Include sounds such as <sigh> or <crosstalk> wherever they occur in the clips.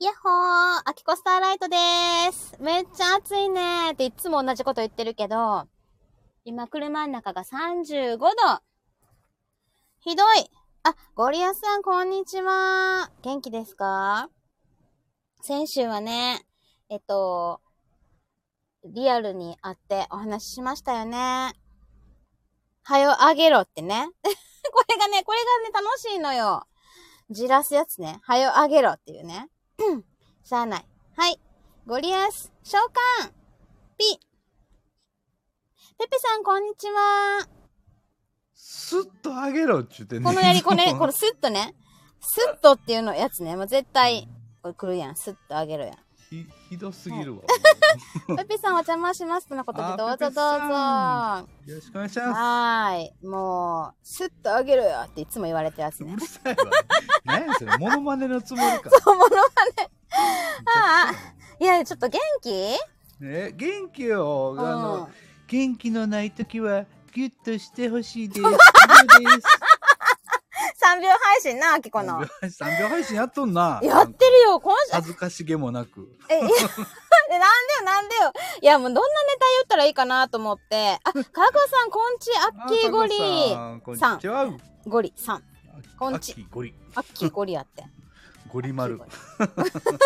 イエホーアキコスターライトでーすめっちゃ暑いねーっていつも同じこと言ってるけど、今車の中が35度ひどいあ、ゴリアスさんこんにちは元気ですか先週はね、えっと、リアルに会ってお話ししましたよね。はよあげろってね。 <laughs> これがね、これがね、楽しいのよ。じらすやつね。はよあげろっていうね。しゃあない。はい。ゴリアス、召喚ピペペさん、こんにちは。スッと上げろっちゅってね。このやり、これ、 <laughs> これの。スッとね。スッとっていうのやつね。もう絶対、これ来るやん。スッとあげろやん。 <laughs> ひ、ひどすぎるわ。ペペさん、お邪魔しますとのことで、あどうペぞどペうぞ。はさよろしくお願いします。ーい。もう、スッとあげろよっていつも言われてるやつうね <laughs> る。さいわ。何やそれ、モノマネのつもりか。ものまね。ああ。いや、ちょっと元気ね、元気よ。あうんの、。元気のない時は、ギュッとしてほしいです。以上です3秒配信な、あ <laughs> きこの。 3秒配信やっとんな。やってるよ、今週。恥ずかしげもなく。え、いや <laughs> なんでよ、なんでよ。いや、もうどんなネタ言ったらいいかなと思って。あ、かぐわさん、こんち、アッキーゴリ。あこんにちは。ゴリさん。こんちあきゴリ。アッキーゴリやって。ゴリ丸ア。ッキーゴリ。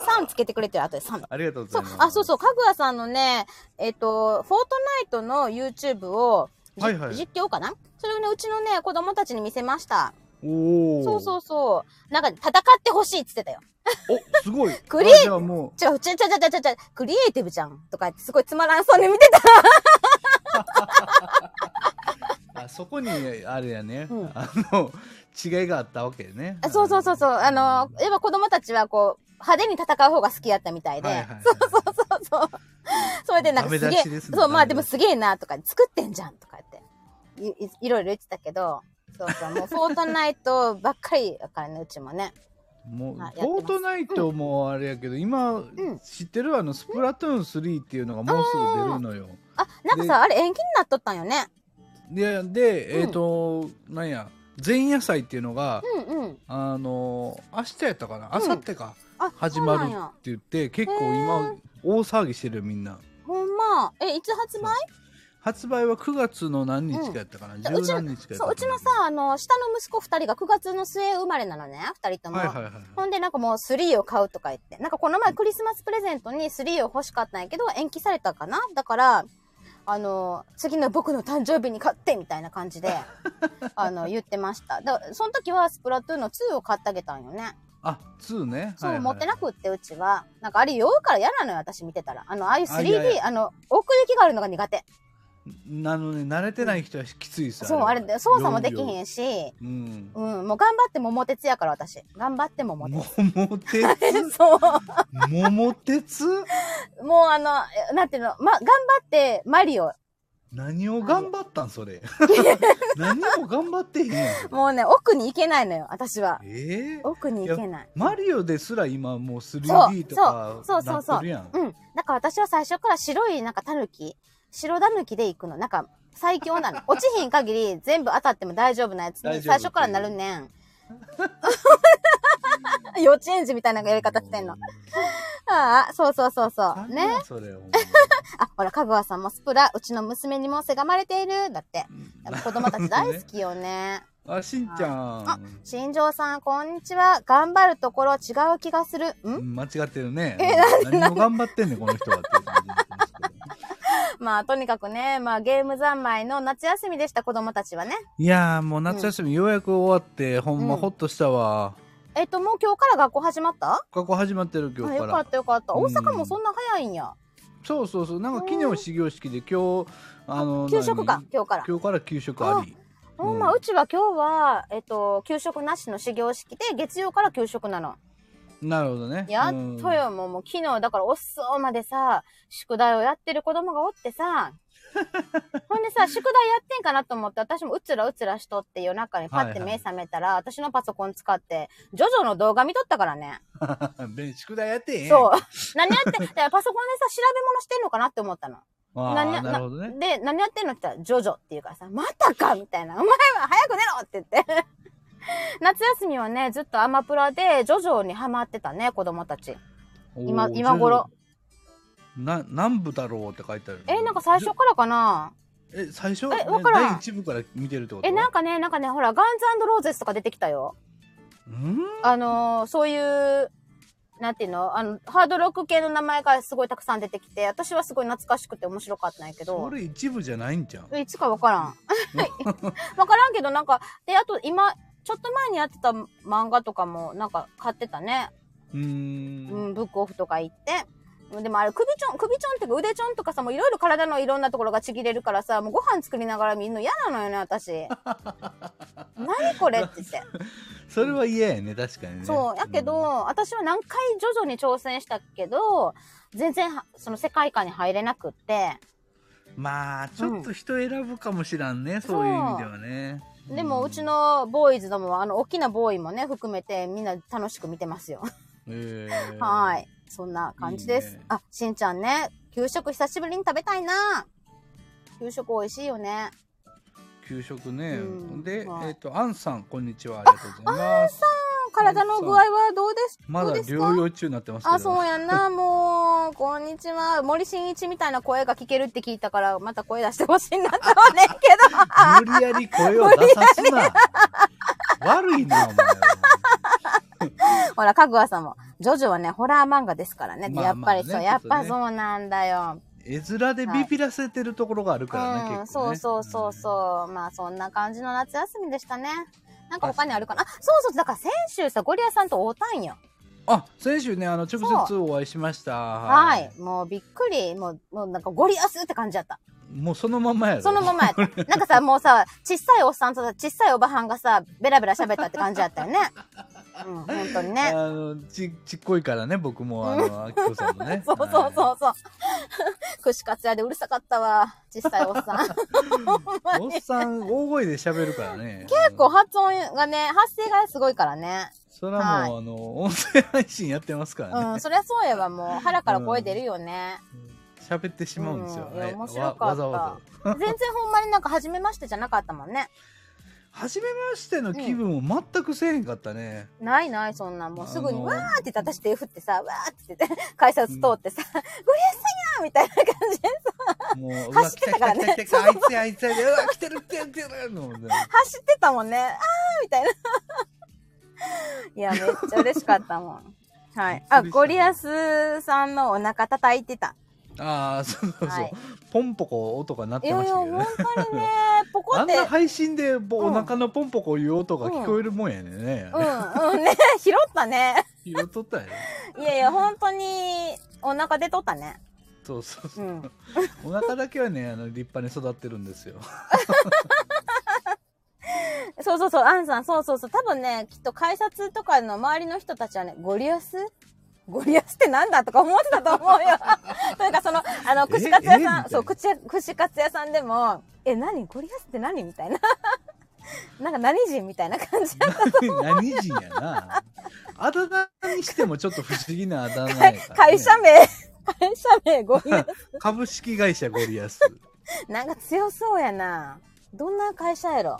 <laughs> さんつけてくれてる、後でさん。ありがとうござそいうます。、あ、そうそう、かぐわさんのね、えっ、と、フォートナイトの YouTube を、じはいはい実況かなそれをね、うちのね、子供たちに見せました。う。おお。そうそうそう。なんか、戦ってほしいって言ってたよ。お、すごい。クリエイあじゃあもう。違う、ちゃちゃちゃちゃちゃ、クリエイティブじゃん。とか言って、すごいつまらんそうに見てた。あそこにあれやね、うんあの違いがあったわけねあそうそうそうそう。あの、やっぱ子供たちはこう、派手に戦う方が好きやったみたいで。はいはいはいそうそうそうそう。それでなんかすダメげ出え、しですねそう、まあダメでも出しすげえなとか、作ってんじゃんとか言ってい、いいろいろ言ってたけど、そうそう、もうフォートナイトばっかりだからね、うちもね。もうあやってますフォートナイトもあれやけど、今、ん知ってるあのスプラトゥーン3っていうのがもうすぐ出るのよあ、なんかでさ、あれ延期になっとったんよね。ででえうっ、んと、なんや前夜祭っていうのが、うんうん。あの明日やったかなうん明後日か、あ、始まそうるなんやって言って結構へ今ー大騒ぎしてるよみんなほんま。え、いつ発売発売は9月の何日かやったかな、ん十うちの何日かやったかそなう、うちのさ、あの、下の息子二人が9月の末生まれなのね、二人とも。はいはいはいほんでなんかもう3を買うとか言って。なんかこの前クリスマスプレゼントに3を欲しかったんやけど延期されたかなだから、あの、次の僕の誕生日に買ってみたいな感じ <laughs> で、あの、言ってました。だその時はスプラトゥーンの2を買ってあげたんよね。あ2ねそう、はいはい持ってなくってうちは。なんかあれ酔うから嫌なのよ、私見てたら。あの、ああいう 3D、ああいやいやの、奥行きがあるのが苦手。なのね慣れてない人はきついさ、そう、あれで操作もできんひんし、うん。うもん、もう頑張って桃鉄やから私。頑張って桃鉄。もて <laughs> そう。つ桃鉄 <laughs> もうあの、えなんていうの、ま、頑張ってマリオ。何を頑張ったんそ <laughs> れ。何も頑張ってへんやん。もうね、奥に行けないのよ、私は。えー奥に行けない。マリオですら今もうそう 3D とかそうそうそうそうなってるやん。うん。だから私は最初から白い、なんかタヌキ、白タヌキで行くの。なんか、最強 <laughs> なの。落ちひん限り全部当たっても大丈夫なやつに大丈最夫初からなるね <laughs> ん。幼稚園児みたいなやり方してんの。ああ、そうそうそうそう。ねね。。それほんあ、ほら、かぐわさんもスプラ、うちの娘にもせがまれている。だって。やっまぱ子供たち大好きよね。 <laughs> あ、しんちゃあん。新庄さん、こんにちは。頑張るところ違う気がする。うんん間違ってるねえ。何を頑張ってんねん、この人はっていう感じになってますけど。まあ、とにかくね、まあ、ゲーム三昧の夏休みでした、子供たちはね。いやーもう夏休みようやく終わって、ほんまうんほっとしたわ。えっと、もう今日から学校始まった学校始まってる今あ日かよからっ。たよかった。うん大阪もそんな早いんや。そうそうそうなんかうん昨日始業式で今日あの給食か何、今日から。今日から給食ありうん、まあ、うちは今日は、えっと、給食なしの始業式で、月曜から給食なの。なるほどねやっとよ、もう、もう昨日、だから、おっそうまでさ、宿題をやってる子供がおって <laughs> さ、ほんでさ、宿題やってんかなと思って、私もうつらうつらしとって夜中にパッてはいはい目覚めたら、私のパソコン使って、ジョジョの動画見とったからね。うん <laughs> で宿題やってへんそう。何やって、だからパソコンでさ、調べ物してんのかなって思ったの。あ何やーなるほどで、ね何やってんのって言ったら、ジョジョって言うからさ、またかみたいな。お前は早く出ろって言って。 <laughs> 夏休みはね、ずっとアマプラでジョジョにハマってたね、子供たち。今おー今頃。徐々にな、南部太郎って書いてある。え、なんか最じ初ょからかなえ、最初えわからんね第一部から見てるってことえ、なんかね、なんかね、ほら、ガンズローゼスとか出てきたよ。うんあのーそういう、なんていうのあの、ハードロック系の名前がすごいたくさん出てきて、私はすごい懐かしくて面白かったんやけそど。れ一部じゃないんじゃん。えいつかわからん。<laughs> わからんけど、なんか、で、あと今、ちょっと前にやってた漫画とかも、なんか買ってたね。うーん。うん、ブックオフとか行って。でもあれ、首ちょん、首ちょんっていうか腕ちょんとかさ、もういろいろ体のいろんなところがちぎれるからさ、もうご飯作りながら見るの嫌なのよね、私。 <laughs> 何これって言って。それは嫌やね、確かにね。そう。やけど、うん、私は何回徐々に挑戦したけど、全然は、その世界観に入れなくって。まあ、ちょっと人選ぶかもしらんね、そういう意味ではね。でも、んうち。のボーイズどもは、あの、大きなボーイもね、含めて、みんな楽しく見てますよ。えーはーい。。そんな感じです。いいねあ、しんちゃんね、給食久しぶりに食べたいな。給食美味しいよね。給食ね。うんで、はいえっと、アンさん、こんにちは。ありがとうございます。体の具合はどうですまどうだです療か養中になってますけど。あ、そうやんな、もう、こんにちは。森進一みたいな声が聞けるって聞いたから、また声出してほしいなとはねんけど。無理やり声を出さ <laughs> すな。悪いな、お前は。ほら、かぐわさんも、ジョジョはね、ホラー漫画ですからね。まあまあねやっぱりそう、ちょやっっとねぱそうなんだよ。絵面でビビらせてるところがあるからね、うん、結構、そうね。そうそうそう、まあそんな感じの夏休みでしたねなんか他にあるかなあそうそうだから先週さゴリアさんと会うたんよあ、先週ね、あの、直接お会いしました。はい、。もうびっくりもうもうなんかゴリアスって感じだったもうそのまんまやろ。そのままや <laughs> ったなんかさもうさ小さいおっさんとさ小さいおばはんがさベラベラ喋ったって感じだったよねうん本当にねあのちちっこいからね僕もあのあきこさんもね <laughs> そうそうはそう <laughs> そう串カツ屋でうるさかったわ小さいおっ <laughs> さん結いおっさん大声で喋るからね結構発音がね発声がすごいからねそれはもう、あの音声配信やってますからうねん、そりゃそうやわ、もう。腹から声出るよね。喋、ってしまうんですよ、うんいやはい面白かったわわざわざ全然ほんまになんか、初めましてじゃなかったもんね。初めましての気分も全くせえへんかったね、ないない、そんなん。もうすぐに、あのわーって言って、私手振ってさ、わーって言って、 <laughs> 改札通ってさ、ごりやさんやーみたいな感じで、もううわ走っ来てたた来からたね来た来たあいつやあいつやでうわ来てる来てる来てるので走ってたもんね。あーみたいな。 <laughs> いや、めっちゃ嬉しかったもん。はい。あ、ゴリアスさんのお腹叩いてた。ああそうそうそう、はいポンポコ音が鳴っいてやまいしや、たけど本ね当にね、ポコあっんて。な配信でぼうおん腹のポンポコいう音が聞こえるもんやね、うん、うんね、拾ったね。拾っとったよねいやいや、本当に、お腹出とったね。そうそうそうう、ん。お腹だけはねあの立派に育ってるんですよそうそうそう、アンさん、そうそうそう。多分ね、きっと改札とかの周りの人たちはね、ゴリアスゴリアスってなんだとか思ってたと思うよ。 <laughs> というか、その、あの、え串カツ屋えみたさいん、なそう、串や、串カツ屋さんでも、え、何ゴリアスって何みたいな。 <laughs> なんか何人みたいな感じ。何人やなあだ名にしてもちょっと不思議なあだ名やから、ね、 <laughs> 会社名、会社名ゴリアス。株式会社ゴリアス <laughs> なんか強そうやな。どんな会社や <laughs> ろ。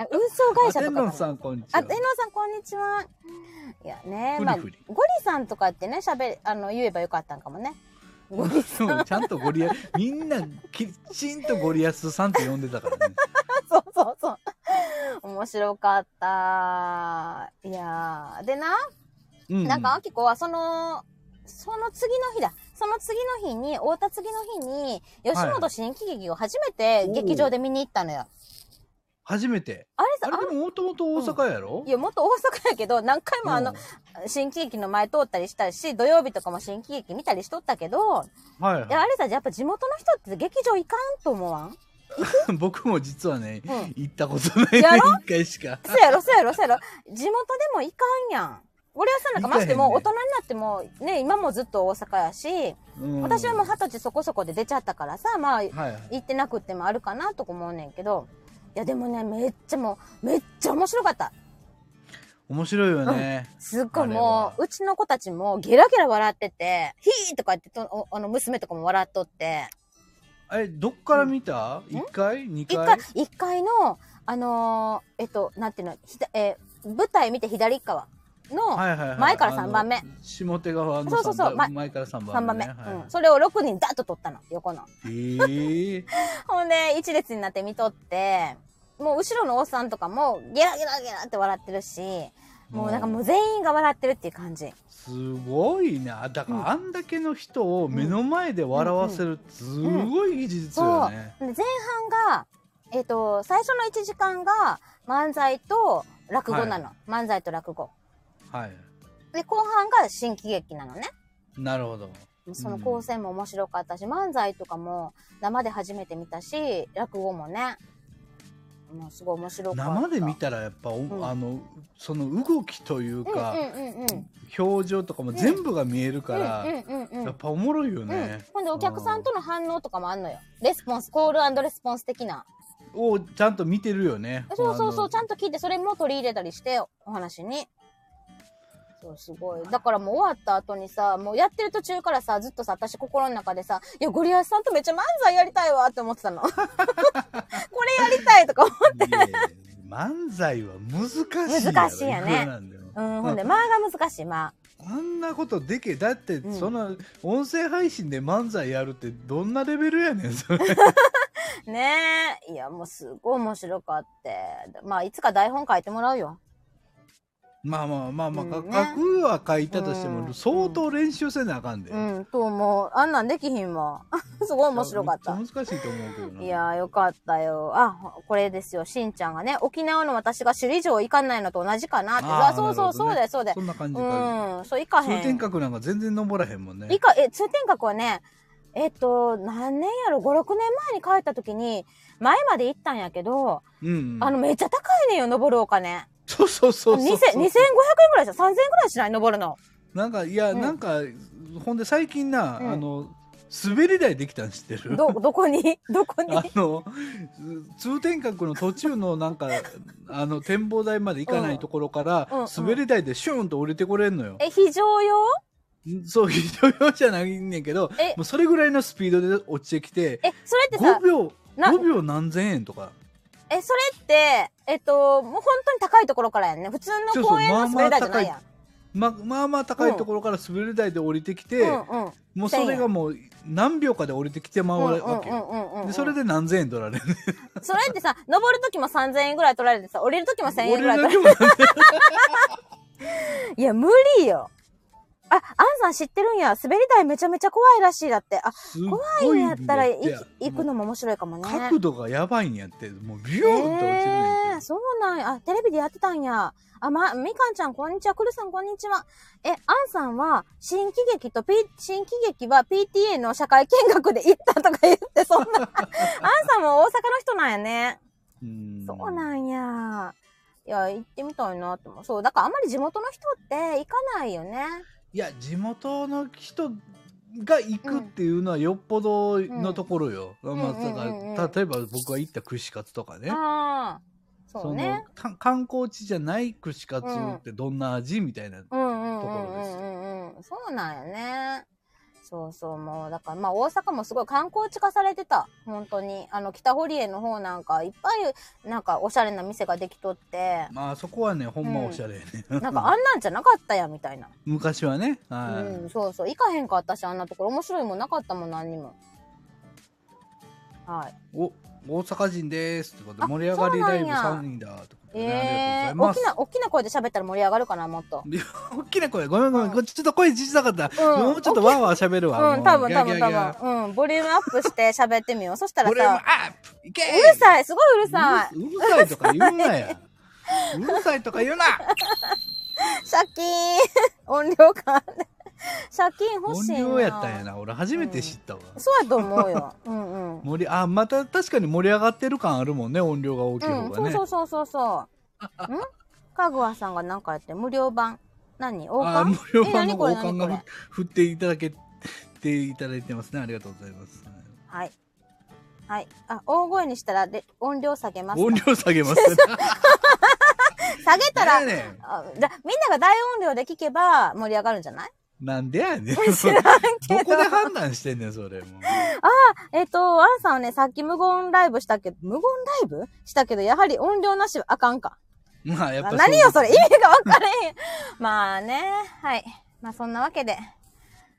あ運送会あ社と天かかな。ンさんこんにちあ、は天皇さん、こんにちは。いやね、ふりまあ、ゴふリりさんとかってね、喋り、あの、言えばよかったんかもね。ゴ <laughs> リさん、そうちゃんとゴリアみんなきちんとゴリアスさんって呼んでたからねそうそうそう。面白かった。いやー。でな、うんなんか、あきこは、その、その次の日だ。その次の日に、会った次の日に、吉本新喜劇を初めておう劇場で見に行ったのよ。初めてあれさあ、れでももともと大阪やろあ、いや、もっと大阪やけど、何回もあの、新喜劇の前通ったりしたし、土曜日とかも新喜劇見たりしとったけど、うんはいいや、はあれさ、やっぱ地元の人って劇場行かんと思わんい、 <laughs> 僕も実はね、うん行ったことないねやろ一回しかそやろ、そやろ、そやろ。地元でも行かんやん。俺はさ、なんかましてもう大行人になっても、ね、今もずっと大阪やし、うん私はもう二十歳そこそこで出ちゃったからさ、まあ、行はいはいってなくってもあるかなとか思うねんけど、いや、でもね、めっちゃもう、めっちゃ面白かった。面白いよね、すっごいあれもはう、うちの子たちもゲラゲラ笑ってて、ヒーとか言ってと、おあの、娘とかも笑っとって、えどっから見た、ん一回二一回回、一回の、あのーえっと、なんていうの、ひだえー舞台見て左側のはいはいはい前から三番目あの下手側のそうそうそう前三番前から3 3番番目、目ねはいうん、それを6人ダッと撮ったの、横の。ええほんで、一列になって見とって、もう後ろのおっさんとかもゲラゲラゲラって笑ってるし、もうなんかもう全員が笑ってるっていう感じ。すごいなだかうんらあんだけの人を目の前で笑わせる、すごい技術そうよ。ね、で前半が、えっ、と、最初の1時間が漫才と落語なの。漫才と落語。はいで、後半が新喜劇なのね。なるほどその構成も面白かったし、漫才とかも生で初めて見たし、落語もね。もうすごい面白かった。生で見たらやっぱ、おんあのその動きといううんか、うんうんうん。表情とかも全部が見えるから、うんうんうんうやんっ。ぱおもろいようんね、、ほんでお客さんとの反応とかもあんのよレスポンスコールレスポンス的なをちゃんと見てるよねそうそうそうちんゃんと聞いてそれも取り入れたりしてお話にそうすごいだからもう終わった後にさもうやってる途中からさずっとさ私心の中でさ「いやゴリアスさんとめっちゃ漫才やりたいわ」って思ってたの <laughs> これやりたいとか思って漫才は難しいやろ難しいよねくらなんだようんほんで間が難しい間あんなことでけだってうんその音声配信で漫才やるってどんなレベルやねんそれ <laughs> ねえいやもうすごい面白かってまあいつか台本書いてもらうよまあまあまあまあ、うんかね書くは書いたとしてうんも相当練習せなあかんで、うんと思うあんなんできひん <laughs> わすごい面白かっためちゃ難しいと思うけどないやーよかったよ。あ、ほこれですよ。しんちゃんがね、沖縄の私が首里城行かないのと同じかなって。あーあそうそう、なるほそうどねだよ、そうだよ。そんな感じか、うん、そう、行か通へ天ん。閣なんか全然登らへんもんね行か、え、通天閣はね、えっと、何年やろ、5、6年前に帰った時に、前まで行ったんやけど、うんあの、めっちゃ高いねんよ、登るお金。そうそうそうそう2000 2500円ぐらいじゃ、3000円ぐらいしない、登るの。なんかいや、うんなんかほんで最近な、うんあの滑り台できたん知ってるど、 <laughs> どこにどこにあの通天閣の途中のなんかあの展望台まで行かないところから、うんうん滑り台でシューンと降りてこれんのよ、え、非常用そうひどいようじゃないんねんけどえもうそれぐらいのスピードで落ちてきてえ、それってさ5、秒な5秒何千円とかえ、それって、えっと、もう本当に高いところからやんね。普通の公園の滑り台じゃないやん。ままあまあ高いところから滑り台で降りてきて、うんうん。もうそれがもう何秒かで降りてきてまうわけよ、でそれでで何千円取られるそれってさ登る時も3000円ぐらい取られてさ降りる時も1000円ぐらい取ら俺れの量なんでていや無理よあアンさん知ってるんや滑り台めちゃめちゃ怖いらしいだってあすっご怖いんやったらいんだって行くのも面白いかもね角度がやばいんやってもうビューンと落ちるねんけど、えー、そうなんやあテレビでやってたんやあまみかんちゃんこんにちはくるさんこんにちはえアンさんは新喜劇と、P、新喜劇は PTA の社会見学で行ったとか言ってそん <laughs> なアンさんも大阪の人なんやねうんそうなんや。いや、行ってみたいなって思う。そう、だからあんまり地元の人って行かないよね。いや地元の人が行くっていうのはよっぽどのところよ、まあ、うんうんうんうんだから例えば僕が行った串カツとかねああ、そうね。そのか観光地じゃない串カツってどんな味みたいな、うんうんうとこんろうですんうん。そうなんやね。そうそう、もう、だからまあ大阪もすごい観光地化されてた。本当に。あの、北堀江の方なんかいっぱい、なんかおしゃれな店ができとって、まあそこはねほんまおしゃれやね、なんかあんなんじゃなかったや、みたいな。昔はね、はいうん、そうそう。行かへんかったし、あんなところ面白いもんなかったもん、何にも。はい。お大阪人ですってことあで盛り上がりライブそうなんや3人だってことえでね、えありがと大うございますきな、大きな声で喋ったら盛り上がるかな、もっと。大きな声、ごめんごめん、うんこれちょっと声小さかった。うんもうちょっとわーわー喋るわ。うん、も多分、ギャ多ーギャ分、多ーギャー分。うん、ボリュームアップして喋ってみよう。そしたらボリュームアさ、ップいけうるさい、すごいうるさうるうるさいとか言うな <laughs> や。うるさいとか言うない。シャキーン。 <laughs> 音量感。シャキーン欲音しいな。量やったんやな。俺初めて知ったわ。そうやと思う <laughs> よ。うんうん。盛り、あ、また確かに盛り上がってる感あるもんね、音量が大きいうん、方がそうねそ。うそうそうそう。んかぐわさんが何かやって、無料版。何王あ、冠無料版えの何これ王冠何がこ振っていただけていただいてますね。ありがとうございます。はい。はい。あ、大声にしたらで音量下げます。音量下 <laughs> げます。下げたら、何やねんあだみんなが大音量で聞けば盛り上がるんじゃないなんでやねん。知らんけどどこで判断してんねん、それ。もうえっ、と、アンさんはね、さっき無言ライブしたけど、無言ライブしたけど、やはり音量なしはあかんか。まあ、やっぱあそう何よ、それ意味が分かれへん。 <laughs> まあね、はい。まあそんなわけで。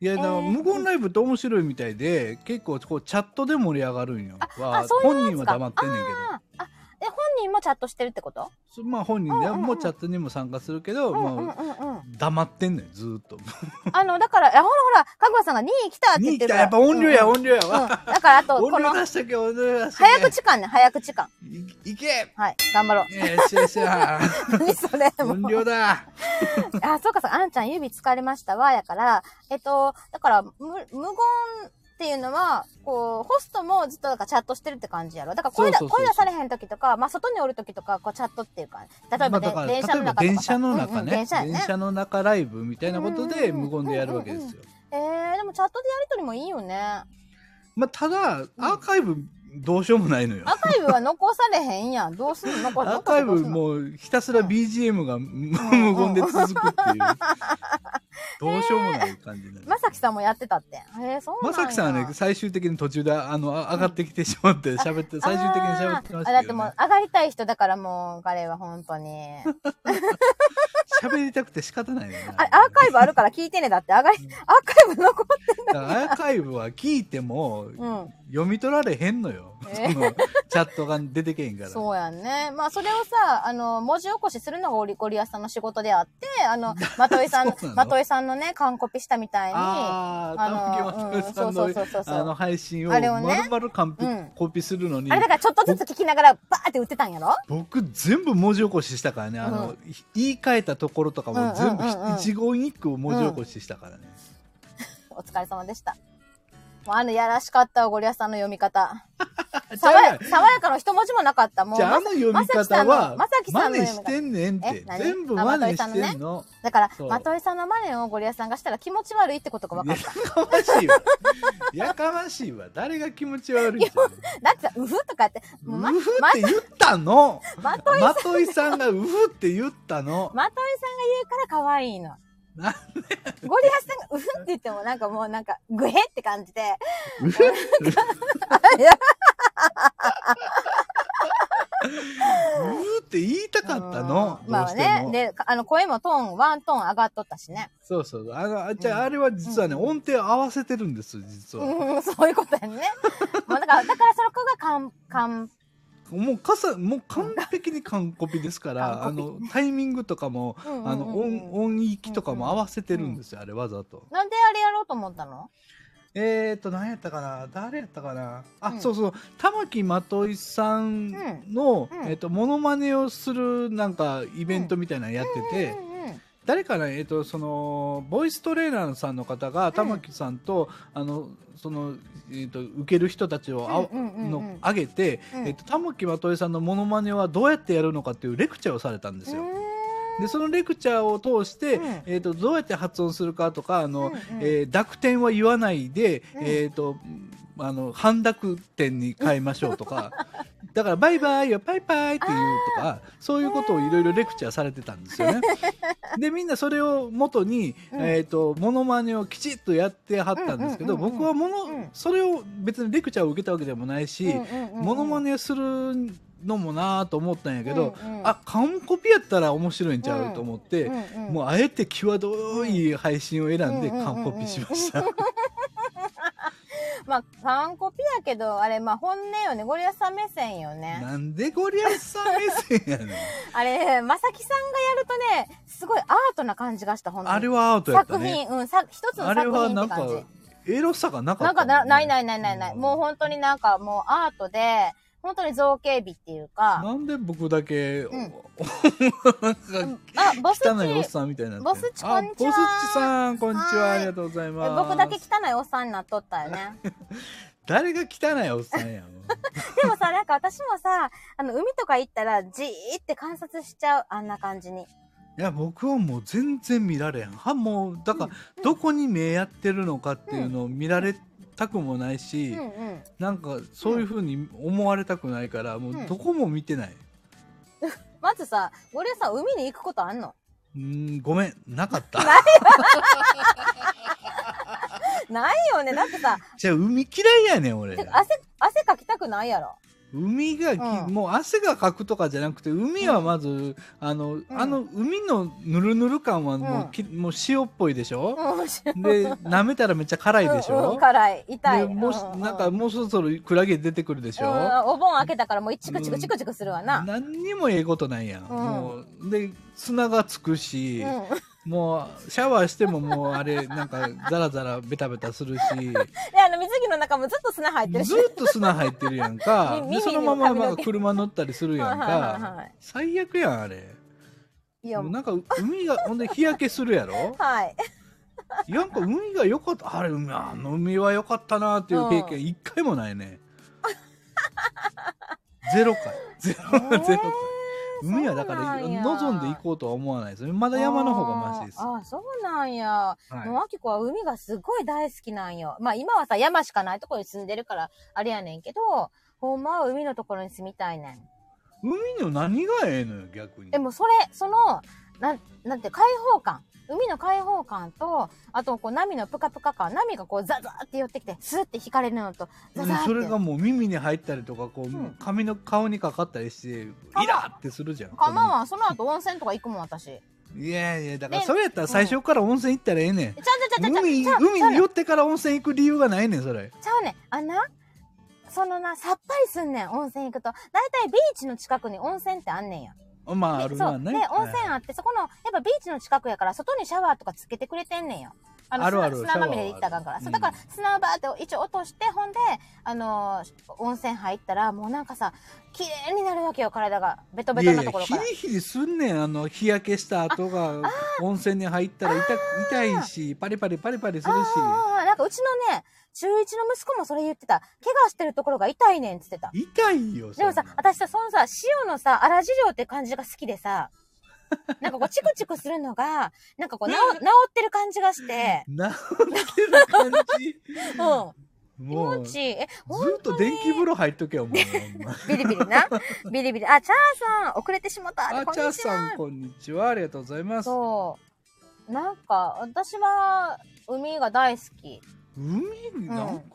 いや、だからえー無言ライブって面白いみたいで、結構こうチャットで盛り上がるんよ。わああそう本人は黙ってんねんけど。あーあ、え、本人もチャットしてるってことそまあ本人でもチャットにも参加するけど、うんうんうんまあうん。黙ってんねん、ずーっと。あの、だから、あほらほら、かぐわさんが2位来たって言っにいたてるらから。やっぱ音量や、うんうん音量やうんわ。だから、あと、こ音量の、出したけ、音量出したけ。早口感ね、早口感。いいけはい、頑張ろう。よしよしよ。何それ、もう <laughs> 音量だ。あ、そうかそうか、あんちゃん指疲れましたわ、やから、えっと、だから、無、無言っていうのは、こう、ホストもずっとだからチャットしてるって感じやろ。だから声だ、そうそうそう声出されへん時とか、まあ、外におる時とか、こう、チャットっていうか、例えまばあで、だから、例電車のえば中とかさ。電車のうんう中んね電車や。電ね。車の中ライブみたいなことでうんうんうん無言でやるわけですよ。えー、でもチャットでやりとりもいいよね。まあただ、アーカイブどうしようもないのよ。アーカイブは残されへんやん。どうすんの残ア残すーカイブう。もうひたすら BGM が無言で続くっていう。どうしようもない感じになるまさきさんもやってたって。えー、そうなんまやさきさんはね、最終的に途中で、あの、あ上がってきてしまって、喋って、最終的に喋ってましあーあだたっけてど、もうね。上がりたい人だからもう彼は本当に。喋りたくて仕方ないよね。あアーカイブあるから聞いてねだって上がり、アーカイブ残ってだからアーカイブは聞いても、うん。読み取られへんのよ。えーその、チャットが出てけへんから。そうやんね。まあ、それをさ、あの、文字起こしするのがオリゴリアスさんの仕事であって、あ <laughs> の、まといさんそうなの、まといさんのね、完コピしたみたいに、ああああ、の玉木松さんうんそうそうそうそうの、あの、配信を、あ丸れをね々完璧うんコピーするのに、れだからちょっとずつ聞きながら、バーって打ってたんやろ僕全部文字起こししたからね、あの、言い換えたところとかも全部うんうんうんうん一言一句を文字起こししたからね。お疲れ様でした。もうあの、やらしかったわゴリアスさんの読み方。あち爽ゃうやんや爽やかの一文字もなかった。もう、じゃあ、まあの読み方は、まさきさんのまさきさんの真似してんねんってえ。何全部真似してんの。だからそ、うまといさんのマネをゴリアスさんがしたら気持ち悪いってことが分かやっかましいわ。やかましいわ。誰が気持ち悪いじゃ。た。だってさ、うふとかやって、もうんまう、ふって言ったのまとい、まといさんがうふって言ったの。まといさんが言うから可愛いの。なんゴリアスさんが、うふって言ってもなんかもうなんか、ぐへって感じで、うふいやって言いたかったの。うんどまうあしてね、も。で、あの、声もトーン、ワントーン上がっとったしね。そうそう。あの、あじゃうんあ、あれは実はね、うん音程を合わせてるんです、実は。うん、 <laughs> そういうことやんね。もうだから、だからその子が完、完、もう、かさ、もう完璧に完コピですから、あ <laughs> 完コピの、タイミングとかも、うんうんうんうんあの音音域とかも合わせてるんですよ、あれわざと。なんであれやろうと思ったのえーと何やったかな誰やったかなあ、うんそうそう玉木まといさんの、うんうんえー、とモノマネをするなんかイベントみたいなのやってて、うんうんうん。誰かな、えー、とそのボイストレーナーさんの方が玉木さんと,、あのそのえー、と受ける人たちをあ、うんうんうんうんの上げて、うんえー、と玉木まといさんのモノマネはどうやってやるのかっていうレクチャーをされたんですよ。でそのレクチャーを通して、うんえー、とどうやって発音するかとかあの、うんうんえー濁点は言わないで、うんえー、とあの半濁点に変えましょうと <laughs> かだから「バイバイ」は「バイバイ」って言うとかそういうことをいろいろレクチャーされてたんですよね。でみんなそれを元に、うんえー、とモノマネをきちっとやってはったんですけど、うんうんうんうん僕はもの、うんそれを別にレクチャーを受けたわけでもないし、モノマネするのもなぁと思ったんやけど、うんうんあ完コピやったら面白いんちゃうと思って、もうあえて際どい配信を選んでうんうんうんうん完コピしま <laughs> した。うん。まあ、完コピやけど、あれ、まあ本音よね。ゴリアスさん目線よね。なんでゴリアスさん目線やねん。 <laughs> あれ、まさきさんがやるとね、すごいアートな感じがした、本当に。あれはアウトやった作ね。品、うん、さ一つのあ作れ品はっなんてか感じ。エロさがなかなっんかたな、もんね、ないないないないない。もうう本当になんかもうアートで、本当に造形美っていうか、なんで僕だけ、うんなんかあ、ボスチ、汚いおっえさんみたいになってボスチこんにちはあボスチさんこんにちははーいありがとうございます僕だけ汚いおっさんになっとったよ <laughs> ね。誰が汚いおっさんやんでもさ、なんか私もさ、あの、海とか行ったらじーって観察しちゃう、あんな感じに。いや僕はもう全然見られへんはもうだから、うんどこに目やってるのかっていうのを見られたくもないし、うんうん。なんかそういうふうに思われたくないから、もうどこも見てない、まずさ、ゴリラさん海に行くことあんのうーんごめんな <laughs> かったないよね。だってさ、じゃあ海嫌いやねん <laughs> 俺てか汗、汗かきたくないやろ。海がき、うんもう汗がかくとかじゃなくて海はまず、あの、あの海のぬるぬる感はもう,、うんきもう塩っぽいでしょ、うん、辛で舐めたらめっちゃ辛いでしょ、辛い。痛い。でもし、ううなんかもうそろそろクラゲ出てくるでしょ、うんお盆開けたからもうチクチクチクチクするわな。何にもええことないやうん、んもうで砂がつくし、うん。もうシャワーしてももうあれ <laughs> なんかザラザラベタベタするしで、あの、水着の中もずっと砂入ってるしず。っと砂入ってるやんかみで耳そにのまま髪のま毛あ車乗ったりするやんはいはいはいはかい最悪やんあれいやもう、なんか海がほんで日焼けする <laughs> やろ <laughs> はい。なんか海が良かったあれ海あの海は良かったなっていう経験一回もないね <laughs> <laughs> ゼロ回ゼロゼロ回海はだかそうらなんや望んで行こうとは思わないですねまだ山の方がマシです、あーはあー、そうなんや。もうい、あきこは海がすごい大好きなんよ。まあ今はさ、山しかないところに住んでるから、あれやねんけど、ほんまは海のところに住みたいねん。海の何がええのよ逆にでもうそれ、その、なん、なんて、開放感。海の開放感と、あと、こう、波のぷかぷか感。波がこう、ザザーって寄ってきて、スーって引かれるのと、うザんザーって。それがもう耳に入ったりとかこう、ん髪の顔にかかったりしてイラってするじゃんかまんわんその後温泉とか行くもん、私。ちいやいやだからねそれやったら最初から温泉行ったらええねんゃうちゃうちゃうちゃう海ちゃう海にちゃうね寄ってから温泉行く理由がないねんそれちゃうねんあんな、そのな、さっぱりすんねん、温泉行くと。だいたいビーチの近くに温泉ってあんねんや。まああでるそわう。で、ね温泉あって、そこの、やっぱビーチの近くやから、外にシャワーとかつけてくれてんねんよ。あの、あるある砂砂まみれで行ったらあかんから。シそう、ャワだーはかあら、砂をバーって一応落として、ほんで、あのー温泉入ったら、もうなんかさ、綺麗になるわけよ、体が。ベトベいやトのいとやころヒから。リヒリすんねんあの日焼けした後が温泉に入ったら痛く痛いしパリパリパリパリするしああ、なんかうちのね、中1の息子もそれ言ってた。怪我してるところが痛いねんって言ってた。痛いよでもさそん、な私さ、そのさ、塩のさ、粗塩って感じが好きでさ、なんかこう、チクチクするのが、なんかこう、<laughs> 治治ってる感じがして、治ってる感じうん。気も持うちずいい。え、ほんっと電気風呂入っとけよもうほんまビリビリな。 <laughs> ビリビリ。あ、チャーさん、遅れてしまった。あこんにちちゃは。さんこんにちはありがとうございますそう。なんか、私は、海が大好き。海なんか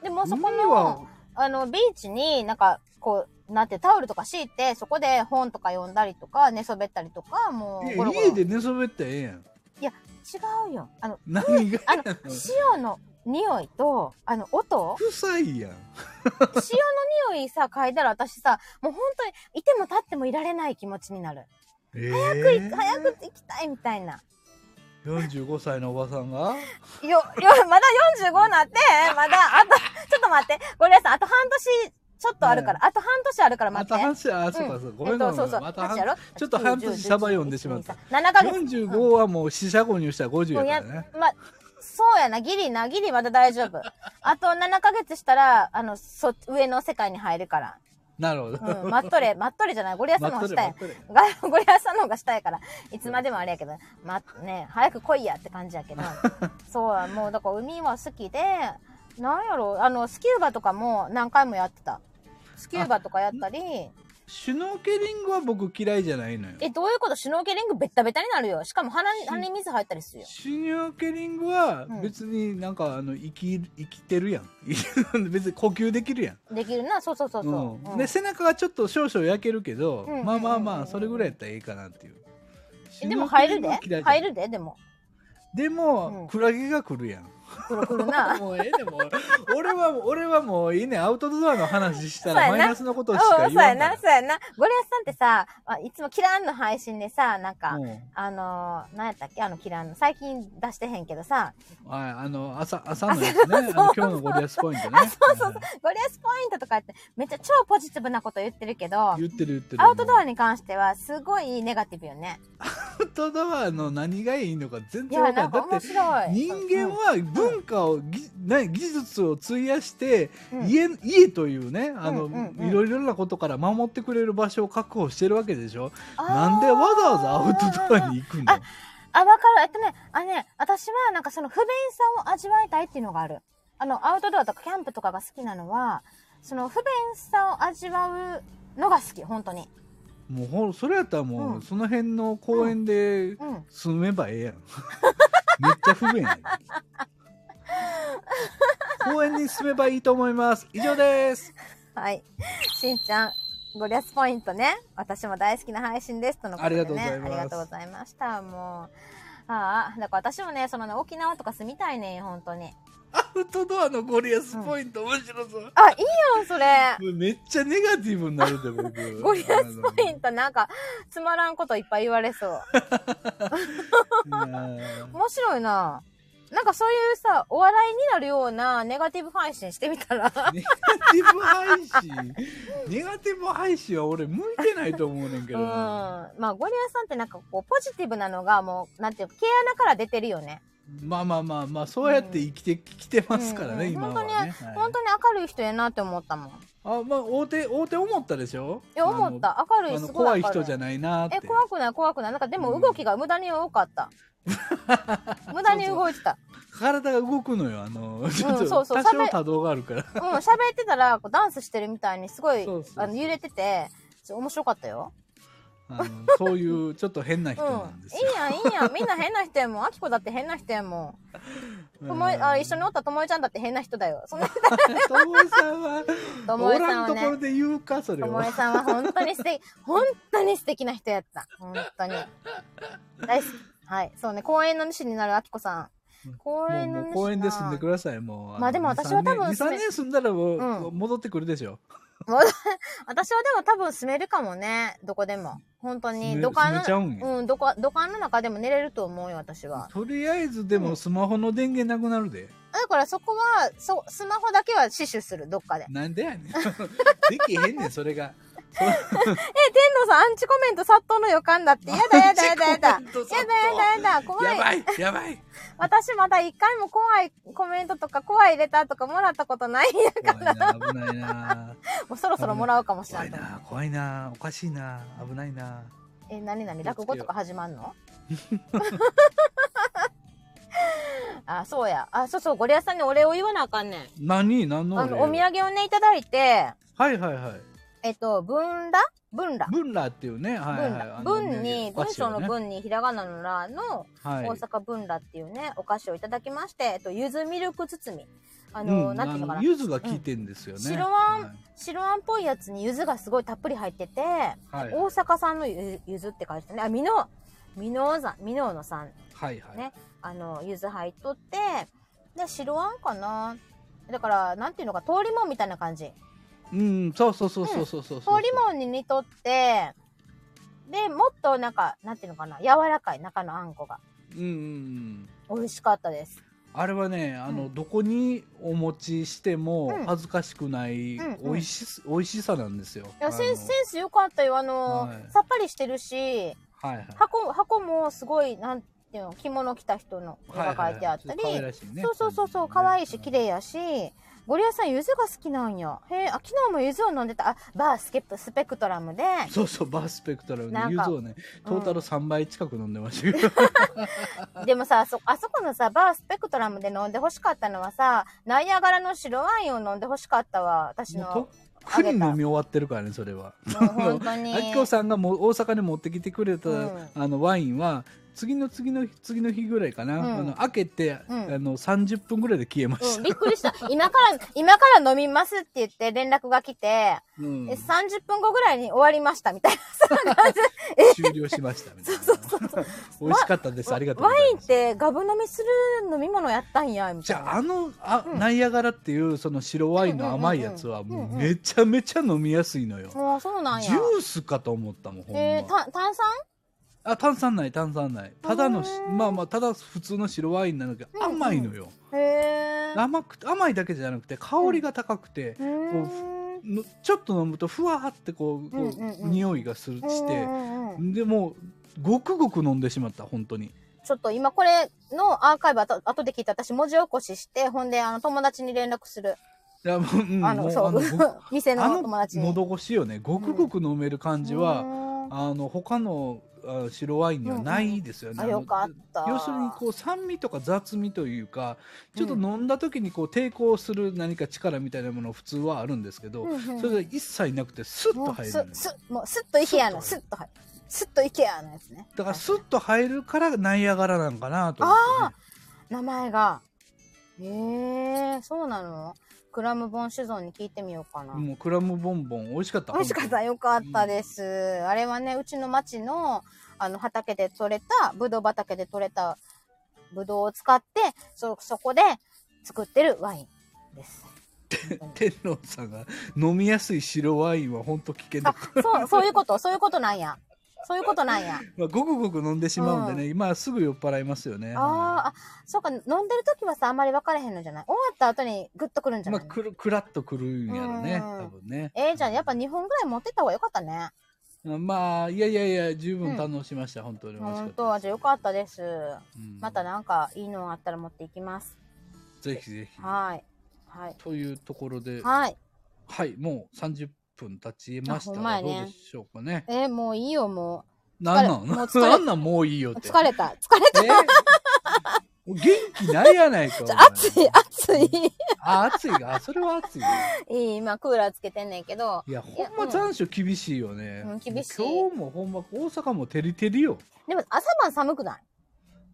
でも、そ海この、はあの、ビーチになんか、こう、なんて、タオルとか敷いて、そこで本とか読んだりとか、寝そべったりとか、も、いうやゴロゴロ家で寝そべったらええやん違うよ。あの、何があの、塩の匂いと、あの、音臭いやん塩の匂いさ、嗅いだら私さ、もう本当に、いても立ってもいられない気持ちになる。早早く、早く行きたいみたいな。 45歳のおばさんがよ、よ、まだ45なって、まだ、あと、ちょっと待って。ゴリラさん、あと半年、ちょっとあるから、あと半年あるからま待ったて。話あそうかそうかごめんえごっとめんそうそう。また半年や半ろちょっと半年サバ読んでしまった。 7ヶ月。 45はもう四捨五入したら50もうややからね、ま、そうやな、ギリな、ギリまだ大丈夫。あと7ヶ月したら、あの、そ、上の世界に入るから。なるほど、うん、待っとれ、待っとれじゃない。ゴリラさんの方が下や待っとれ待。がゴリラさんの方が下やから、いつまでもあれやけど、ま、ね、早く来いやって感じや <laughs> けど。そうや、もうだから海は好きで、なんやろ、あの、スキューバとかも何回もやってた。スキューバとかやったり、シュノーケリングは僕嫌いじゃないのよえ、どういうことシュノーケリングベッタベタになるよ。しかも鼻に、鼻に水入ったりするよ。シュノーケリングはうん別になんかあの生き生きてるやん <laughs> 別に呼吸できるやんできるな、そうそうそうそうう。ん、で背中がちょっと少々焼けるけど、うんまあまあまうんあそれぐらいやったらええかなっていう、えでも入るシュノーケリンでグは嫌いじゃない入るででも。でうんも、クラゲが来るやんくるくるな。 <laughs> もうええでもう俺は俺はもういいねアウトドアの話したらそうやなマイナスのことしうかん言そうわやんからな、そうやな。ゴリラさんってさ、あいつもキランの配信でさ、なんか、うんあのー、何やったっけあのキランの。最近出してへんけどさ、はいあの朝朝のやつねあの今日のゴリアスポイン <laughs> トねそうそうそう、ゴリアスポイントとかやって、めっちゃ超ポジティブなこと言ってるけどはい、言ってる言ってるアウトドアもうに関しては、すごいネガティブよね。アウトドアの何がいいのか全い然や、分かならんかないだ面って白い。人間は文化を、ぎな技術を費やして、うん家家というねあの、うんうんうんいろいろなことから守ってくれる場所を確保してるわけでしょうん、なんでわざわざアウトドア行くに行くんだあ、わかる。えっとね、あね、私はなんかその不便さを味わいたいっていうのがある。あの、アウトドアとかキャンプとかが好きなのは、その不便さを味わうのが好き、本当に。もうほんそれやったらもう、うんその辺の公園でうん。住めばええやん <laughs> めっちゃ不便やん公園に住めばいいと思います以上ですはい。しんちゃん、ゴリアスポイントね。私も大好きな配信です。とのことで、ね、ありがとうございますありがとうございました。もう。ああ、だから私もね、そのね、沖縄とか住みたいねん、本当に。アウトドアのゴリアスポイント、面白そうあ、いいよ、それ。めっちゃネガティブになるで <laughs> 僕ゴリアスポイントなんか、つまらんこといっぱい言われそう。あのいやー面白いな。なんかそういうさ、お笑いになるようなネガティブ配信してみたら。ネガティブ配信ネガティブ配信は俺向いてないと思うねんけうどん。な、まあ、ゴリアスさんってなんかこう、ポジティブなのがもう、なんていうか、毛穴から出てるよね。まあまあまあまあそうやって生きてきてますからね、うん今はねはい本当に明るい人やなって思ったもん。いあまあ大手大手思ったでしょや、思った。明あるのい、あのすご怖い明るい。い人じゃないなーってえ、怖くない、怖くない。なんかでうもん動きが無駄に多かっ <laughs> た。無駄に動いてた。体が動くのよあのちょっと、そうそう多喋少多動があるからうん、喋ってたら、こうダンスしてるみたいに、すごい、そうそうそうあの揺れてて、ちょ面白かったよ。あのそういうちょっと変な人なんですよ、うん、いいやんいいやんみんな変な人やもんあきこだって変な人やもんともえうんあ一 <laughs> 緒におったともえちゃんだって変な人だよそんなとともえさんはもおえさんらんはとこねろで言うかそれともえはさんは本当に素敵 <laughs> 本当に素敵な人やった本当に大好きはいそうね公園の主になるあきこさん公もう園のも主う公園で住んでくださいもうまあでも私は多分23年年住んだらもう、う戻ってくるでしょもう <laughs> 私はでも多分住めるかもねどこでも本当住にめ土管住めちゃうんやのうん土管土管の中でも寝れると思うよ私はとりあえずでうんもスマホの電源なくなるで、だからそこはそスマホだけは死守するどっかでなんでやね <laughs> んできへんねんそれが天童さん、アンチコメント殺到の予感だって。やだやだやだやだ。やアンチコメント殺だ到やだやだ。怖やい。ばいやばい私まだ一回も怖いコメントとか怖いレターとかもらったことない <laughs> んやか怖いな危ないなら。もうそろそろもらうかもしれ怖ないいと思う。な怖いなおかしいな危ないなえ、なになに落語とか始まん <laughs> のあ、そうや。あ、そうそう。ゴリアスさんにお礼を言わなあかんねん。何何のあの、お土はい産をね、いただいて、はいはいえっと、文ら文ら。文羅っていうねはいはいあの文文に、お文菓子章をのね文にひらがなのらの、はい大阪文羅っていうねお菓子をいただきまして、えっと、ゆずミルク包みああの、うん、なんていうのかあな柚子が効いてんですよね、白あんはい白あんっぽいやつにゆずがすごいたっぷり入ってて、はい大阪産のゆゆずって書いてたねあ美濃美濃山美濃の産はいはい、ねあのゆず入っとってで白あんかなだからなんていうのか通りもんみたいな感じうんそうそうそうそうそうそう通りもんに似とってでもっとなんかなんていうのかな柔らかい中のあんこがうんうんうん美味しかったですあれはねあの、うどこにお持ちしてうんも恥ずかしくない、うんうん美味し美味しさなんですよいやセンスあのセンス良かったよあの、はいさっぱりしてるしはいはい箱箱もすごいなんていうの着物着た人の絵が書いてあったり、はいはいはいちょっと可愛らしいねそうそうそうそう可愛いし綺麗麗やしゴリアスさん柚子が好きなんやへえあ昨日も柚子を飲んでたあバースケップスペクトラムでそうそうバースペクトラムねなんゆかずをねトータル3倍近く飲んでまし <laughs> たけど、でもさあそあそこのさバースペクトラムで飲んでほしかったのはさナイアガラの白ワインを飲んでほしかったわ私もうのとっくに飲み終わってるからねそれはもう本当に <laughs> あきこさんがもう大阪に持ってきてくれた、うんあのワインは次の次の次の日ぐらいかな、うんあの開けて、うんあの30分ぐらいで消えましうたん、びっくりした今から今から飲みますって言って連絡が来てうんえ30分後ぐらいに終わりましたみたいな終了しましたみたいな美味しかったですありがとうごワざいインまっすてガブ飲みする飲み物やったんやみじたいゃなああのあ、うんナイアガラっていうその白ワインの甘いやつはうんうんうんもうめちゃめちゃ飲みやすいのよ、ああそうなんジやュースかと思ったもんほんま、えー、た炭酸あ炭酸ない炭酸ないただのしへーまあまあただ普通の白ワインなんだけどうんうん甘いのよ、へえ甘くて甘いだけじゃなくて香りが高くて、のちょっと飲むとふわーってこうこう、うんうんうん匂いがするして、てでもうごくごく飲んでしまった本当にちょっと今これのアーカイブあと後で聞いて私文字起こししてほんであの友達に連絡するいやもう、うんあのもうそ <laughs> あのうご店あの友の達に喉越しよねごくごく飲める感じは、うあの他のあ白ワインにはないですよね。あ、よかった。要するにこう酸味とか雑味というかちょっと飲んだ時にこう抵抗する何か力みたいなもの普通はあるんですけど、うんうんそれが一切なくてスッもとう入るすのよ、す、もう、すっとイケアの、すスっと入る。すっとイケアのやつね。だからスッと入るからナイアガラなんかなと思ってね、名前が。ええそうなのクラムボン酒造に聞いてみようかな。もうクラムボンボン美味しかった美味しかった。よかったです。あれはね、うちの町の、あの、畑で採れた、ぶどう畑で採れた、ぶどうを使って、そ、そこで作ってるワインです。天皇さんが飲みやすい白ワインは本当危険だあ、そう、そういうこと、そういうことなんや。そういうことなんや。まあ、ごくごく飲んでしまうんでね、今はすぐ酔っ払いますよね。あーあ、そうか、飲んでる時はさ、あんまり分からへんのじゃない終わった後にグッとくるんじゃまなあ、い、くる、くらっとくるんやろね、うん多分ね。えー、じゃあやっぱ2本ぐらい持ってった方がよかったね。まあ、いやいやいや、十分堪能しました、本当に美味しかったで本す。当は、じゃあよかったです。うんまたなんかいいのあったら持っていきます。ぜひぜひ。はい。はい。というところで、ははい。い、もう30分経ちましたあほんまが、やねどうでしょうかね。えーもういいよ、もなんなんもう疲れなんなんもういいよっう。て。疲れた。疲れえもう元気ないやな <laughs> いか。お前た。暑い、暑い。あ、暑いが。あそれは暑いよ。いい、今クーラーつけてんねんけど。いや、ほんま残暑厳しいよね。うん厳しい今日もほんま、大阪も照り照りよ。でも朝晩寒くない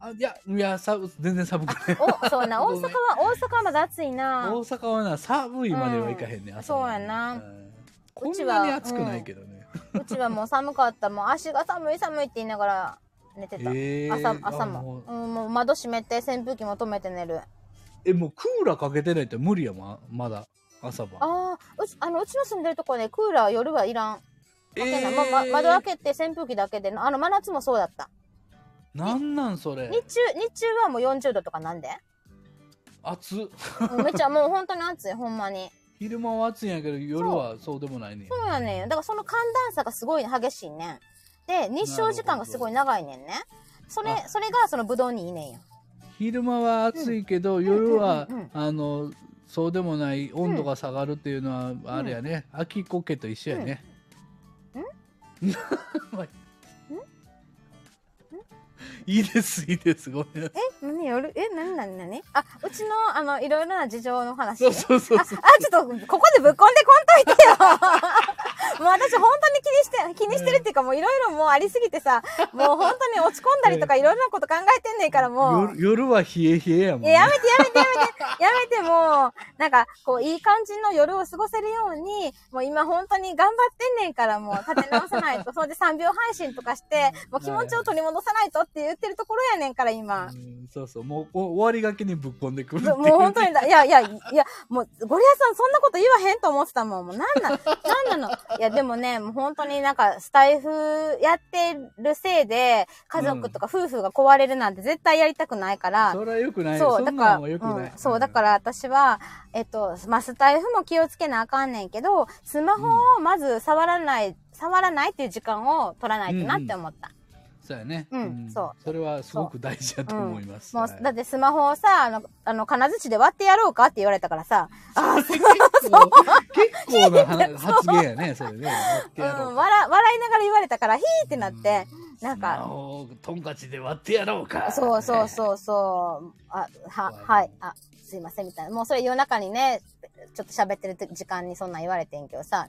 あいや、いや、さ全然寒くない。お、そうな、大 <laughs> ご阪めは、ん大阪はまだ暑いな。 <laughs> 大阪はな、寒いまではいかへんね、うん朝はそうやなうんこうんちはなに暑くないけどね。うちはもう寒かった。もう足が寒い寒いって言いながら寝てた。えー朝朝あももううん、もう窓閉めて扇風機も止めて寝るえ、もうクーラーかけてないと無理やま、まだ。朝晩。ああうちあのうちの住んでるとこねクーラー夜はいらん、え開けないまま窓開けて扇風機だけであの真夏もそうだったなんなんそれ日。中日中はもう40度とかなんで暑っ。うんめっちゃもう本当に暑いほんまに昼間は暑いんやけど、夜はそうでもないね。そうやねんよだからその寒暖差がすごい激しいねんで日照時間がすごい長いねんねそれあそれがそのブドウにいいねんよ昼間は暑いけど、夜は、うんうんうんあのそうでもない温度が下がるっていうのは、あれやね秋コケと一緒やね。ん <laughs> いいですいいですごめんなさい。え何夜え何何何あうちのあのいろいろな事情の話そうそうそうそう。あ、ちょっと、ここでぶっこんでこんといてよ。 <laughs> もう私本当に気にして、気にしてるっていうか、もういろいろもうありすぎてさ、もう本当に落ち込んだりとかいろいろなこと考えてんねんから、もう夜。夜は冷え冷えやもん、え、ね。やめてやめてやめて、やめてもう、なんか、こう、いい感じの夜を過ごせるように、もう今本当に頑張ってんねんから、もう立て直さないと、それで3秒配信とかして、もう気持ちを取り戻さないとって言ってるところやねんから、今。うんそうそうもうこう終わりがけにぶっこんでくるっていもう本当にだ、いやいや、いや、もう、ゴリアスさんそんなこと言わへんと思ってたもん。もうなんなん、なんなの。いや、でもね、もう本当になんか、スタイフやってるせいで、家族とか夫婦が壊れるなんて絶対やりたくないから、それはよくないそう、そだんかなら、んはよくない、うんそう、だから私は、えっと、まあ、スタイフも気をつけなあかんねんけど、スマホをまず触らない、触らないっていう時間を取らないとなって思った。そうやね、うんそうそれはすごく大事だと思います、もう、はいだってスマホをさ、あの、あの、金槌で割ってやろうかって言われたからさ、あー結構結構な話発言やね、それね。割っうてん、やろう笑か。笑いながら言われたから、ヒーってなって、なんスマか、ホをトンカチで割ってやろうか。そうそうそうそう、あ、は、はい、あ、すいませんみたいな。もうそれ夜中にね、ちょっと喋ってる時間にそんなん言われてんけど <laughs> さ、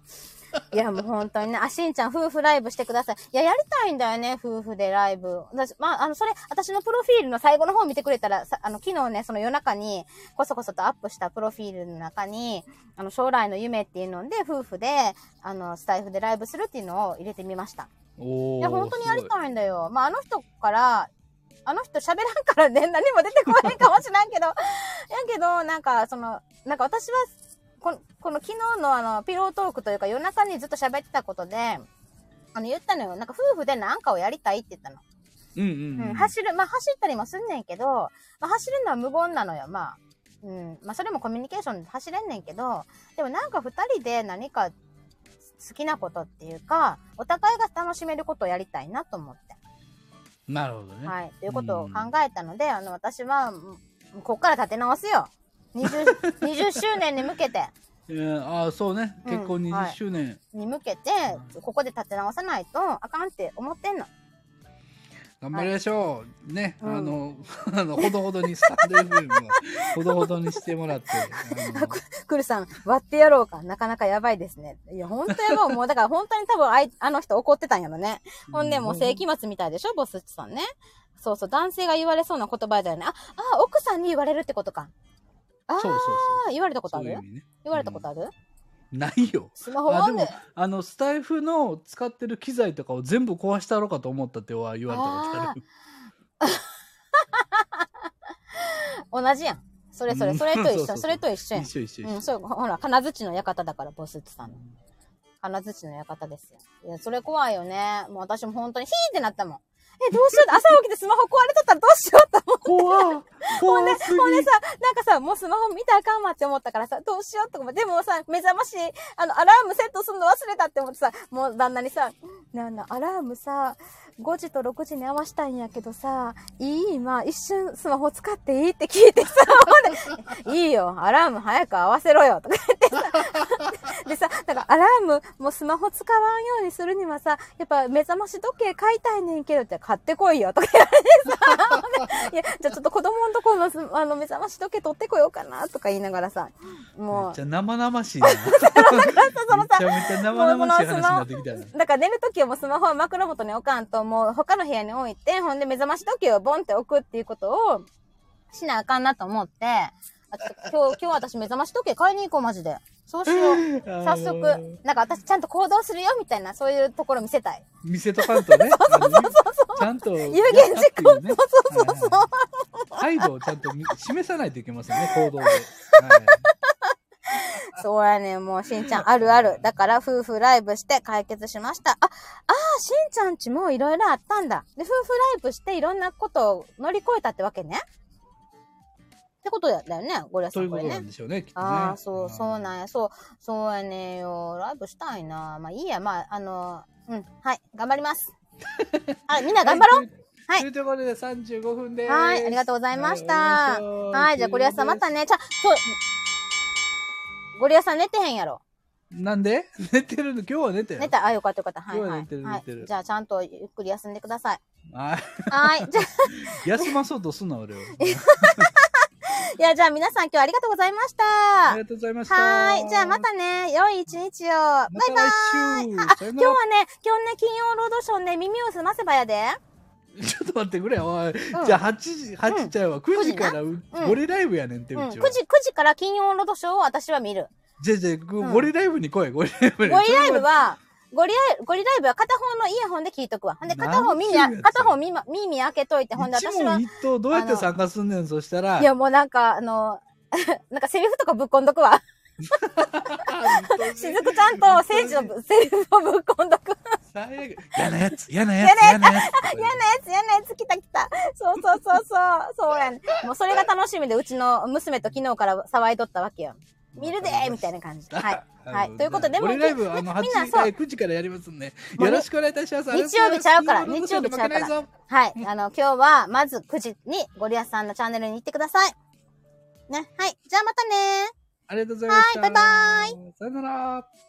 いやもう本当にね、あ、しんちゃん夫婦ライブしてください。いや、やりたいんだよね、夫婦でライブ。私、まあ、あの、それ、私のプロフィールの最後の方見てくれたら、さあの、昨日ね、その夜中に、こそこそとアップしたプロフィールの中に、あの、将来の夢っていうので、夫婦で、あの、スタイフでライブするっていうのを入れてみました。おーいや、本当にやりすごいたいんだよ。まあ、あの人から、あの人喋らんからね、 <laughs> 何も出てこないかもしらんけど、や <laughs> けど、なんか、その、なんか私は、この、この昨日のあの、ピロートークというか夜中にずっと喋ってたことで、あの、言ったのよ。なんか夫婦でなんかをやりたいって言ったの。うんうんう、うんん。走る、まあ走ったりもすんねんけど、まあ、走るのは無言なのよ、まあ。うん。まあそれもコミュニケーションで走れんねんけど、でもなんか二人で何か好きなことっていうか、お互いが楽しめることをやりたいなと思って。なるほどね。はい。ということを考えたので、あの、私は、もうこっから立て直すよ。20、20周年に向けて、えーああ、そうね。うん結婚はい20周年。に向けて、ここで立て直さないとあかんって思ってんの。頑張りましょう。ね、うんあの、 <laughs> あの、ほどほどに、スタン <laughs> ド FM は、ほどほどにしてもらって、あのクルさん、割ってやろうか。なかなかやばいですね。いや、本当やばい。もう、だから本当に多分あい、あの人怒ってたんやろね。ほんで、もう世紀末みたいでしょ、ボスッチさんね。そうそう、男性が言われそうな言葉だよね。あ、あ、奥さんに言われるってことか。あそうそうあ、言われたそう。ことそあうるいう意味ね。言われたことある、ないよ。スマホあなでんでもあのスタイフの使ってる機材とかを全部壊したろうかと思ったっては言われたことある同じやん。それそれ、それと一緒、うんそうそうそうそれと一緒やん。 <laughs> 一緒一緒一う緒ん、そう、ほら、金槌の館だから、ボスッチさんの。金槌の館ですよ。いや、それ怖いよね。もう私も本当にヒーってなったもん。え、どうしようって朝起きてスマホ壊れとったらどうしようって思って。怖っ怖すぎほんでさ、なんかさ、もうスマホ見たらあかんわって思ったからさ、どうしようって思って、でもさ、目覚まし、あの、アラームセットするの忘れたって思ってさ、もう旦那にさ、なんだ、アラームさ、5時と6時に合わしたいんやけどさ、いい今、一瞬スマホ使っていいって聞いてさ、 <laughs> ほんで、いいよ、アラーム早く合わせろよ、とか言って <laughs> さ、でさ、なんかアラーム、もうスマホ使わんようにするにはさ、やっぱ目覚まし時計買いたいねんけどって買ってこいよ、とか言われて <laughs> いや、じゃあちょっと子供のところのすあの目覚まし時計取ってこようかなとか言いながらさ、めもっうち、ゃ生々しいなめちそのさゃめちゃ生々しい話になってきたなだから寝るときはもうスマホは枕元に置かんと、もう他の部屋に置いて、ほんで目覚まし時計をボンって置くっていうことをしなあかんなと思って、あちょっと今日、今日私目覚まし時計買いに行こう、マジで。そうしよう。早あ速の、なんか私ちゃんと行動するよ、みたいな、そういうところ見せたい。見せとかんとねあのちゃんと有有言実行、そうそうそうそう。態度をちゃんと見示さないといけませんね行動で、はいそうやねんもうしんちゃんあるある。だから夫婦ライブして解決しました。あ、あーしんちゃんちもいろいろあったんだ。で、夫婦ライブしていろんなことを乗り越えたってわけね。ってことだよね、ゴリラさといんうここれとなんね。でしょうねきっとねああ、そう、そうんなんや、そう、そうやねんよ。ライブしたいな。まあいいや、まあ、あの、うん、はい、頑張り <laughs> ます。はい、みんな頑張ろうはいというところで35分ですはい、ありがとうございました。はい、じゃあゴリラさんまたね。じゃあ、今日、ゴリラさん寝てへんやろ。なんで寝てるの今日は寝てる寝た、あ、よかったよかった。はい、今日はは寝てい。るは寝てるい、じゃあ、ちゃんとゆっくり休んでください。あはい。じゃあ、休まそうとすんな俺をいや、じゃあ皆さん今日はありがとうございました。あはりがとうございましたーい。じゃあ、またね、良い一日を。バイまバイ。た来週さよ今日ならはね、今日ね、金曜ロードショーね、耳を澄ませばやで。ちょっと待ってくれよおい、うんじゃあ8時8時ちゃうわ9時からうなうんゴリライブやねんってう。うん9ち時、は、 9時から金曜ロードショーを私は見る。じゃあじゃあゴうんゴリライブに来いゴリライブゴにリライブは、ゴリライ、ゴリライブは片方のイヤホンで聞いとくわ。ほんで、片方耳なあ、んていうやつ片方耳、耳開けといて、ほんで一私は問、一答どうやって参加すんねんそしたらいや、もうなんか、あの、 <laughs> なんかセリフとかぶっこんどくわ。しずくちゃんと聖地のぶセリフをぶっこんどく。最悪嫌なやつ嫌なやつ嫌な嫌なやつやつ、嫌なやつ、来た来た。そうそうそうそう。そうやね。もうそれが楽しみで、うちの娘と昨日から騒いどったわけよ。 <laughs> 見るでーみたいな感じで。はい。はい。ということで、ゴもう日リライブ、あの、8み時んなかそうら9時からやりますんで、もうねよろしくお願いいたします。曜日ちゃうから、ありが日と曜うご日ざちゃうかいますら。はい。あの、今日は、まず9時にゴリアスさんのチャンネルに行ってください。ね。はい。じゃあまたねー。ありがとうございました。はいバイバイ。さよなら。